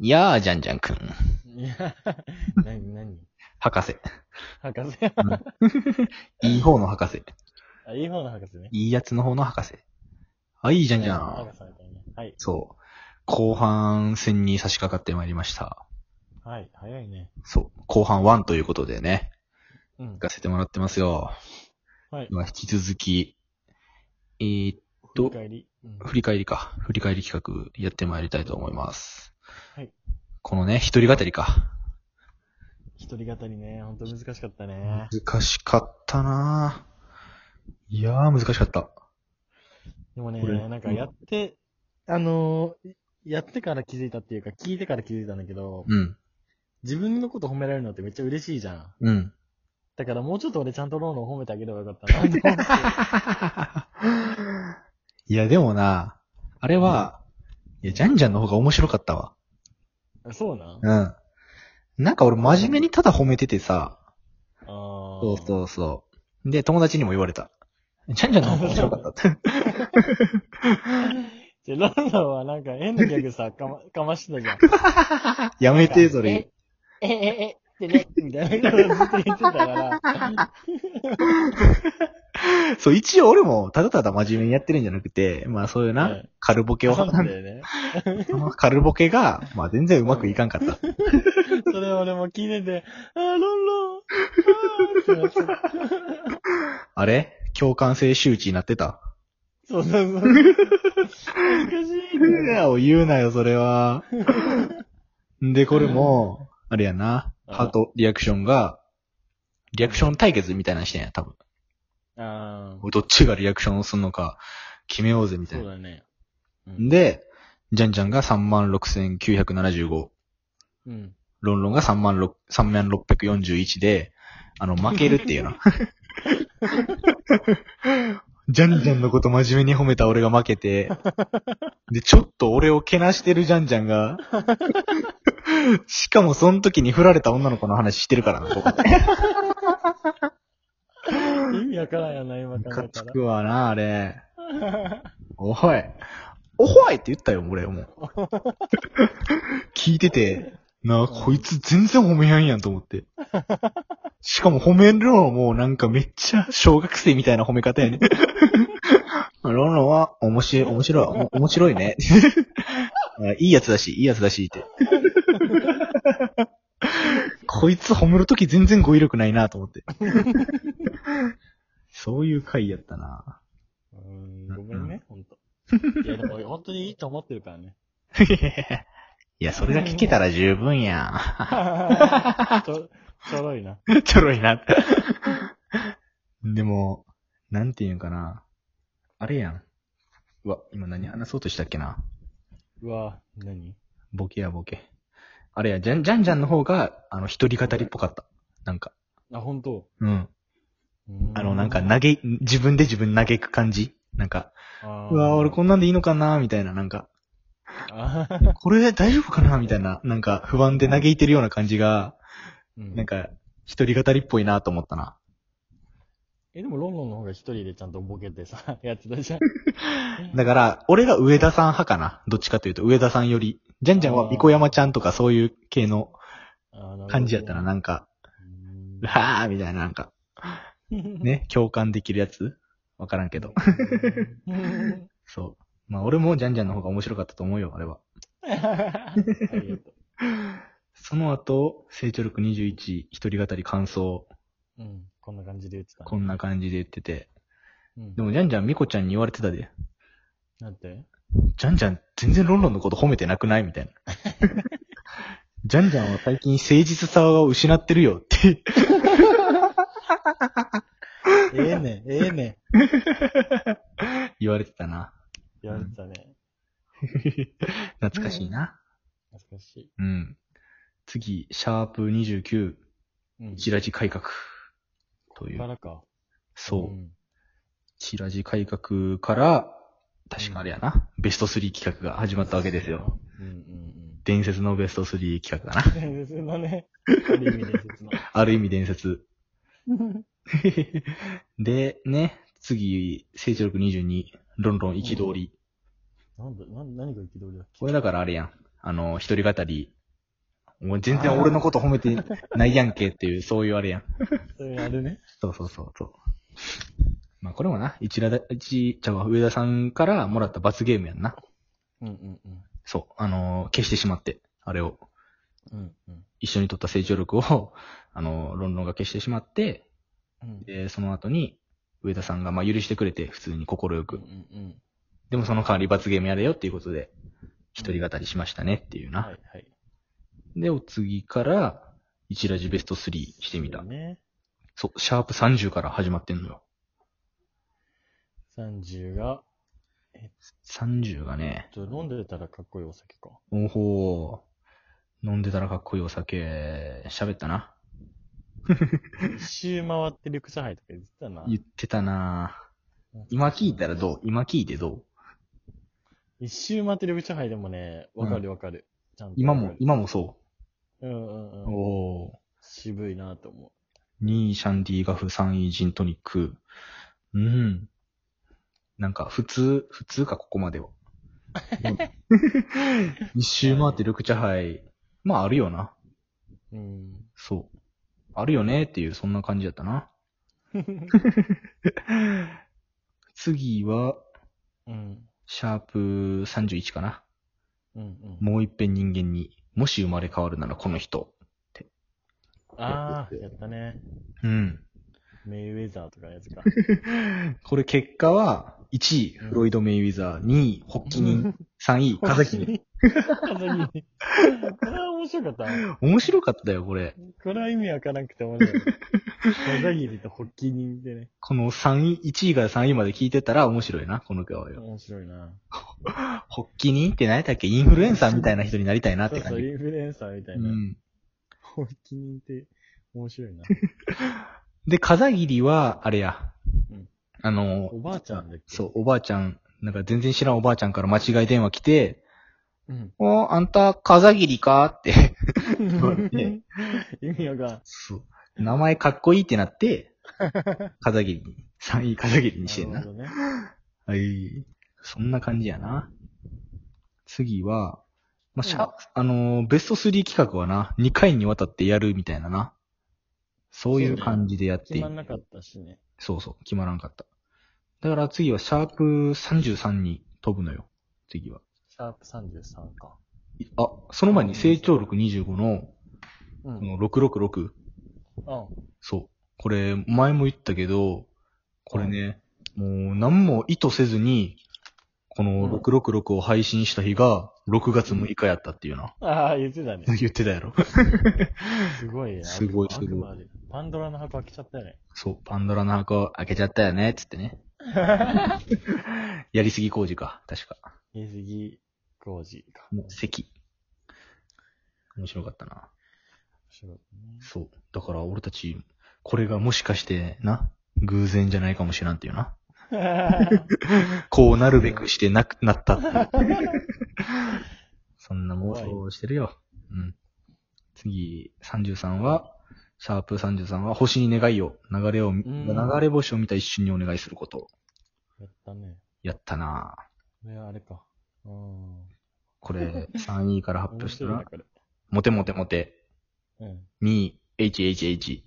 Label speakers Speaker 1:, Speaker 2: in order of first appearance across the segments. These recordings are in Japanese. Speaker 1: いやー、じゃんじゃんくん。
Speaker 2: いや、 なになに
Speaker 1: 博士。
Speaker 2: 博士
Speaker 1: いい方の博士。
Speaker 2: あ、いい方の博士ね。
Speaker 1: いいやつの方の博士。あ、いいじゃんじゃん
Speaker 2: 博。士みたいな。はい。
Speaker 1: そう。後半戦に差し掛かってまいりました。
Speaker 2: はい。早いね。
Speaker 1: そう。後半1ということでね、
Speaker 2: うん
Speaker 1: 行。かせてもらってますよ。
Speaker 2: はい。
Speaker 1: まあ引き続き、えー、
Speaker 2: 振り返り。うん
Speaker 1: 振り返りか。振り返り企画やってまいりたいと思います。
Speaker 2: はい。
Speaker 1: このね、一人語りか。
Speaker 2: 一人語りね、ほんと難しかったね。
Speaker 1: 難しかったなぁ。いやー、難しかった。
Speaker 2: でもね
Speaker 1: これ、
Speaker 2: なんかやって、あのー、やってから気づいたっていうか、聞いてから気づいたんだけど、
Speaker 1: うん。
Speaker 2: 自分のこと褒められるのってめっちゃ嬉しいじゃん。
Speaker 1: うん。
Speaker 2: だからもうちょっと俺ちゃんとローンを褒めてあげればよかったなと思って。
Speaker 1: いや、でもな、あれは、いや、ジャンジャンの方が面白かったわ。
Speaker 2: あそうなん
Speaker 1: うん。なんか俺真面目にただ褒めててさ、
Speaker 2: あ
Speaker 1: そう
Speaker 2: う。
Speaker 1: そうそう。で、友達にも言われた。ジャンジャンの方が面白かったって。
Speaker 2: じゃ、ロンロンはなんか変なギャグさ、かま、かまし てたじゃん。
Speaker 1: やめて、それ。
Speaker 2: え、え、え、え、ってね、みたいなことずっと言ってたから、
Speaker 1: そう、一応俺もただただ真面目にやってるんじゃなくて、まあそういうな、
Speaker 2: はい
Speaker 1: カルボケを挟
Speaker 2: 挟ん
Speaker 1: ん
Speaker 2: だ
Speaker 1: で、
Speaker 2: よね。
Speaker 1: カルボケが、まあ全然うまくいかんか った。
Speaker 2: それ俺も聞いてて、あー、ロンロン、あーってなっちゃった。
Speaker 1: あれ共感性周知になってた。
Speaker 2: そうそうそう。恥ずかし
Speaker 1: う
Speaker 2: い。
Speaker 1: やを言うなよ、それは。で、これも、あれやな、
Speaker 2: うん
Speaker 1: ハートリアクションが、リアクション対決みたいなのしてんや、多分。
Speaker 2: あー、
Speaker 1: どっちがリアクションをするのか、決めようぜ、みた
Speaker 2: そ
Speaker 1: いうな。
Speaker 2: だね。うん、
Speaker 1: で、ジャンジャンが36,975。
Speaker 2: うん。
Speaker 1: ロンロンが36 3641で、あの、負けるっていうな。ジャンジャンのこと真面目に褒めた俺が負けて、で、ちょっと俺をけなしてるジャンジャンが、しかもその時に振られた女の子の話してるからな、ここ。
Speaker 2: 意味わからんよな、今
Speaker 1: ム
Speaker 2: 考
Speaker 1: カ
Speaker 2: えた
Speaker 1: つ
Speaker 2: ら。
Speaker 1: くわな、あれ。おい。おほいって言ったよ、俺もう。聞いてて、なあ、こいつ全然褒めやんやんと思って。しかも褒めるのはもうなんかめっちゃ小学生みたいな褒め方やね。ロンロンは面白い、面白い、おも面白いね。あいいやつだし、いいやつだしって。こいつ褒めるとき全然語彙力ないなと思って。そういう回やったな。
Speaker 2: うーん、ごめんね、ほんと。いや、でも本当にいいと思ってるからね。
Speaker 1: いや、それが聞けたら十分や
Speaker 2: ちょ、ちょろいな。
Speaker 1: ん。ちょろいな。でも、なんていうんかな。あれやん。うわ、今何話そうとしたっけな。
Speaker 2: うわ、何
Speaker 1: ボケやボケ。あれや、じゃんじゃんじゃんの方が、あの、一人語りっぽかった。なんか。
Speaker 2: あ、本当
Speaker 1: うん。
Speaker 2: うー
Speaker 1: あの、なんか、投げ、自分で自分嘆く感じ。なんか、
Speaker 2: あー
Speaker 1: うわ、俺こんなんでいいのかなみたいな、なんか、
Speaker 2: あー
Speaker 1: これ大丈夫かなみたいな、なんか、不安で嘆いてるような感じが、
Speaker 2: な
Speaker 1: なん、か、一人語りっぽいなと思ったな。
Speaker 2: え、でもロンロンの方が一人でちゃんとボケてさ、 やって たじゃん。
Speaker 1: だから、俺が上田さん派かな。どっちかというと、上田さんより。ジャンジャンは、みこやまちゃんとかそういう系の感じやったら、
Speaker 2: な
Speaker 1: なんか、
Speaker 2: る
Speaker 1: はーみたいな、なんか、
Speaker 2: ほど。
Speaker 1: ね、共感できるやつわからんけど。
Speaker 2: うーん。
Speaker 1: そう。まあ、俺もジャンジャンの方が面白かったと思うよ、あれは。
Speaker 2: ありがと
Speaker 1: その後、成長力21、一人語り感想、
Speaker 2: う。うん。こんな感じで言ってたね。
Speaker 1: こんな感じで言ってて。
Speaker 2: うん
Speaker 1: でも、ジャンジャン、みこちゃんに言われてたで。
Speaker 2: だって
Speaker 1: ジャンジャン、全然ロンロンのこと褒めてなくないみたいな。ジャンジャンは最近誠実さを失ってるよって
Speaker 2: ええね、ええね。
Speaker 1: 言われてたな。
Speaker 2: 言われてたね。
Speaker 1: 懐かしいな。
Speaker 2: 懐かしい。
Speaker 1: うん。次、シャープ29、
Speaker 2: うん。
Speaker 1: チラジ改革。と
Speaker 2: こ
Speaker 1: い
Speaker 2: こか
Speaker 1: う。
Speaker 2: らか。
Speaker 1: そうう。
Speaker 2: ん。
Speaker 1: チラジ改革から、確かあれやな。ベスト3企画が始まったわけですよ。
Speaker 2: うんうん
Speaker 1: 伝説のベスト3企 画だな。
Speaker 2: うん。伝説のね。ある意味伝説の。
Speaker 1: ある意味伝説。 で、ね、次、成長力22、ロンロン憤り。
Speaker 2: なんだ、なん、何が憤りだっけ
Speaker 1: これだからあれやん。あの、一人語り、もう全然俺のこと褒めてないやんけっていう、そういうあれやん。
Speaker 2: うんあれね。
Speaker 1: そうそうそうそう。まあこれもな、一らだ、一、ちゃうわ上田さんからもらった罰ゲームやんな。
Speaker 2: うんうんうん。
Speaker 1: そう。あのー消してしまって、あれを。
Speaker 2: うんうん。
Speaker 1: 一緒に取った成長力を、 あのーロンロンが消してしまって、で、その後に、上田さんが、まあ、許してくれて、普通に快
Speaker 2: うん
Speaker 1: く。
Speaker 2: うん
Speaker 1: でもその代わり罰ゲームやれよっていうことで、一人語りしましたねっていう
Speaker 2: うん。
Speaker 1: な。
Speaker 2: はいはい。
Speaker 1: で、お次から、一ラジベスト3してみた。
Speaker 2: ね。
Speaker 1: そう、シャープ30から始まってんのよ。
Speaker 2: 30が、
Speaker 1: 30がね、
Speaker 2: ちょっと飲んでたらかっこいいお酒か。
Speaker 1: おほー、飲んでたらかっこいいお酒、喋ったな。
Speaker 2: 一周回って緑茶杯とか言ってたな。
Speaker 1: 言ってたな今聞いたらどう今聞いてどう
Speaker 2: 一周回って緑茶杯でもね、わかるわかる。ちゃんと
Speaker 1: 今
Speaker 2: わか
Speaker 1: も
Speaker 2: る、。
Speaker 1: 今もそ
Speaker 2: うんうん
Speaker 1: う。
Speaker 2: うん。
Speaker 1: おー。
Speaker 2: 渋いなと思
Speaker 1: 2位シャンディガフ、3位ジントニック。うん。なんか、普通、普通か、ここまでは。一周回って緑茶杯。まあ、あるよな。
Speaker 2: う。うん。
Speaker 1: そう。あるよねっていう、そんな感じだったな。次は、
Speaker 2: うん。
Speaker 1: シャープ31かな。
Speaker 2: うんうん。
Speaker 1: もう一遍人間に、もし生まれ変わるならこの人。
Speaker 2: ああ、やったね。
Speaker 1: うん。
Speaker 2: メイウェザーとかのやつか。
Speaker 1: これ結果は、1位、フロイド・メイウィザー、2位、ホッキニン、3位、 風木。
Speaker 2: 風に。これは面白かった。
Speaker 1: 面白かったよ、これ。
Speaker 2: これは意味わからなく て面白い。風切とホッキ人でね。
Speaker 1: この3位、1位から3位まで聞いてたら面白いな、この顔よ。
Speaker 2: 面白いな。
Speaker 1: ホッキ人って何やったっけインフルエンサーみたいな人になりたいなっ
Speaker 2: そ
Speaker 1: て
Speaker 2: う
Speaker 1: 感
Speaker 2: そう、
Speaker 1: じ。
Speaker 2: インフルエンサーみたいうな。
Speaker 1: ん。
Speaker 2: ホッキ人って面白 いな。
Speaker 1: で、風切は、あれや
Speaker 2: うん。
Speaker 1: あの、
Speaker 2: おばあちゃんだっけ
Speaker 1: そう、おばあちゃん、なんか全然知らんおばあちゃんから間違い電話来て、
Speaker 2: うん。
Speaker 1: おあんた、風切かって。ね
Speaker 2: 意味わからん。
Speaker 1: そう。名前かっこいいってな って、風切に。3位風切にしてんな
Speaker 2: るほ。どね。
Speaker 1: はい。そんな感じやな。次は、まあ、しゃ、
Speaker 2: うん
Speaker 1: あのーベスト3企画はな、2回にわたってやるみたいなな。そういう感じでやって
Speaker 2: 決
Speaker 1: い
Speaker 2: まんなかったしね。
Speaker 1: そうそう、決まらんかった。だから次はシャープ33に飛ぶのよ。次は。
Speaker 2: シャープ33か。
Speaker 1: いあ、その前に成長力25の、
Speaker 2: う
Speaker 1: こ。の666。
Speaker 2: あ
Speaker 1: そう。これ、前も言ったけど、これね、もう何も意図せずに、この666を配信した日が、6月6日やったっていうな。
Speaker 2: あー、言ってたね。
Speaker 1: 言ってたやろ。
Speaker 2: すごいね。
Speaker 1: すごいすごい
Speaker 2: 悪魔でパンドラの箱開けちゃった よね。
Speaker 1: そう、パンドラの箱開けちゃったよね、つってね。やりすぎ工事か、確か。
Speaker 2: 入れすぎ工事か。
Speaker 1: もう、席。面白かったな。
Speaker 2: 白いね
Speaker 1: そう。だから俺たち、これがもしかして、な、偶然じゃないかもしらんっていうな。こうなるべくしてなくなったっていう。 そんな妄想をしてるよ。うん。次、33は、シャープ33は、星に願いを、流れを、
Speaker 2: ん
Speaker 1: 流れ星を見た一瞬にお願いすること。
Speaker 2: やったね。
Speaker 1: やったなぁ
Speaker 2: これはあれか。うん。
Speaker 1: こ れ、3位から発
Speaker 2: 面
Speaker 1: 表した
Speaker 2: 白いな、
Speaker 1: ら、
Speaker 2: これ。
Speaker 1: モテモテモテ、
Speaker 2: うん。
Speaker 1: 2位、HHH、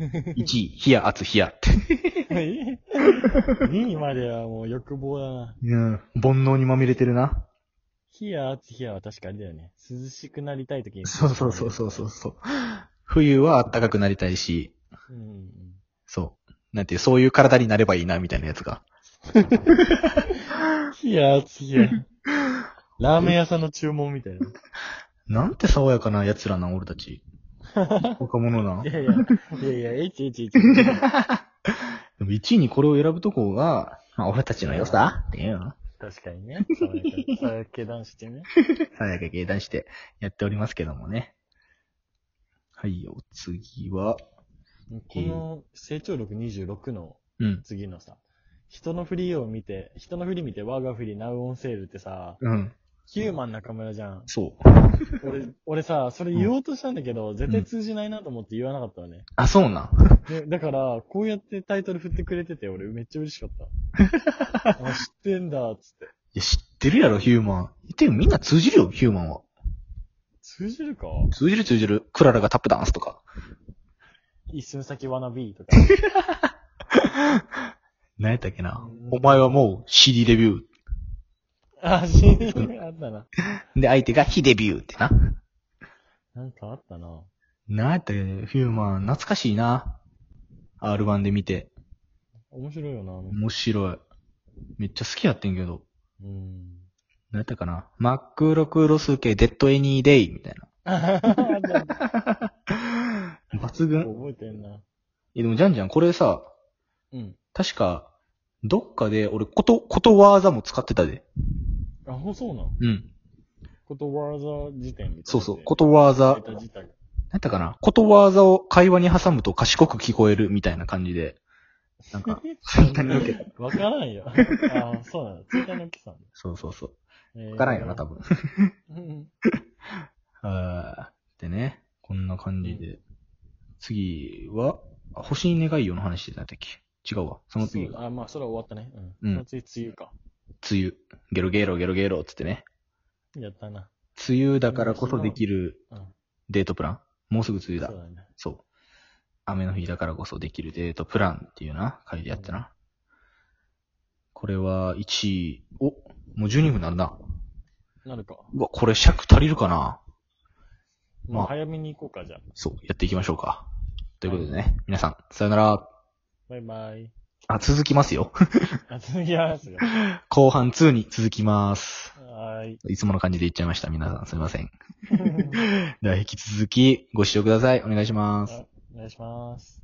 Speaker 1: 1位、ヒヤアツヒヤって。
Speaker 2: 2位まではもう欲望だな。
Speaker 1: うん。煩悩にまみれてるな。
Speaker 2: 冷や、暑冷やは確かあれだよね。涼しくなりたい時に。
Speaker 1: そうそうそうそうそうそう。冬は暖かくなりたいし、
Speaker 2: うんうん。
Speaker 1: そう。なんていう、そういう体になればいいな、みたいなやつが。
Speaker 2: 冷や、暑冷や。ラーメン屋さんの注文みたいな。
Speaker 1: なんて爽やかな奴らな、俺た ち。若者な。
Speaker 2: い
Speaker 1: で
Speaker 2: やいや、いやいや、えちえちえち。確
Speaker 1: も1位にこれを選ぶとこが、まあ、俺たちの良さっていうの。
Speaker 2: かにね。そうやって、そうやって男子ってね。
Speaker 1: 爽やか芸談してやっておりますけどもね。はいよ、次は。
Speaker 2: この成長力26の
Speaker 1: うん。
Speaker 2: 次のさ、人の振りを見て、人の振り見て我が振りナウオンセールってさ、
Speaker 1: うん。
Speaker 2: ヒューマン中村じゃん。
Speaker 1: そう。
Speaker 2: 俺、俺さ、それ言おうとしたんだけど、絶対通じないなと思って言わなかったのね。
Speaker 1: あ、そうなん。
Speaker 2: でだから、こうやってタイトル振ってくれてて、俺めっちゃ嬉し かった。あ、知ってんだ、つって。
Speaker 1: いや、知ってるやろ、ヒューマン。でもみんな通じるよ、ヒューマンは。
Speaker 2: 通じるか
Speaker 1: 通じる通じる。クララがタップダンスとか。
Speaker 2: 一寸先ワナビーとか。
Speaker 1: 何やったっけな
Speaker 2: うん。
Speaker 1: お前はもう CD デビュ
Speaker 2: あ、CD あったな。
Speaker 1: ー。で、相手が非デビューってな。
Speaker 2: なんかあったな。
Speaker 1: 何やったっけねヒューマン、懐かしいな。R1 で見て。
Speaker 2: 面白いよな、あの
Speaker 1: 面白い。めっちゃ好きやってんけど。
Speaker 2: うん。
Speaker 1: 何やったかな。マックロクロス系デッドエニーデイみたいな。
Speaker 2: あ覚
Speaker 1: 抜群。
Speaker 2: えてんな。
Speaker 1: え、でもジャンジャン、これさ、
Speaker 2: うん。
Speaker 1: 確か、どっかで俺、こと、ことわざも使ってたで。
Speaker 2: あ、ほそうなん。
Speaker 1: うん。
Speaker 2: ことわざ辞典みたいな。
Speaker 1: そうそう。ことわざ。
Speaker 2: ネタ自体
Speaker 1: な
Speaker 2: が。
Speaker 1: んやったかなことわざを会話に挟むと賢く聞こえるみたいな感じで。なん か、ツイッターに受けた。
Speaker 2: わからんよ。あ、そうなの。ツイッターのおきさん。
Speaker 1: そうそうそう。
Speaker 2: えー
Speaker 1: わからんよな、多分。
Speaker 2: うん。
Speaker 1: あーでね、こんな感じで。次は、あ星に願いよの話してたんだっけ違うわ。その次
Speaker 2: そう
Speaker 1: が、
Speaker 2: あ、まあ、それは終わったね。うん。
Speaker 1: うん
Speaker 2: その次、梅雨か。
Speaker 1: 梅雨。ゲロゲロゲロゲロっつってね。
Speaker 2: やったな。
Speaker 1: 梅雨だからこそできる
Speaker 2: うん。
Speaker 1: デートプラン。もうすぐ梅雨だ
Speaker 2: そう。だね。
Speaker 1: そう。雨の日だからこそできるデートプランっていうな、書いてあったな。これは1位。お、もう12分なるな。
Speaker 2: なるか。
Speaker 1: うわ、これ尺足りるかな
Speaker 2: ま
Speaker 1: まあ
Speaker 2: あ、早めに行こうか、じゃあ。
Speaker 1: そう、やっていきましょうか。ということでね、皆さん、さよなら。
Speaker 2: バイバイ。
Speaker 1: あ、続きますよ。
Speaker 2: あ、続きますよ。
Speaker 1: 後半2に続きます。
Speaker 2: はーい。
Speaker 1: いつもの感じで言っちゃいました。皆さん、すいません。では、引き続きご視聴ください。お願いします。
Speaker 2: お願いします。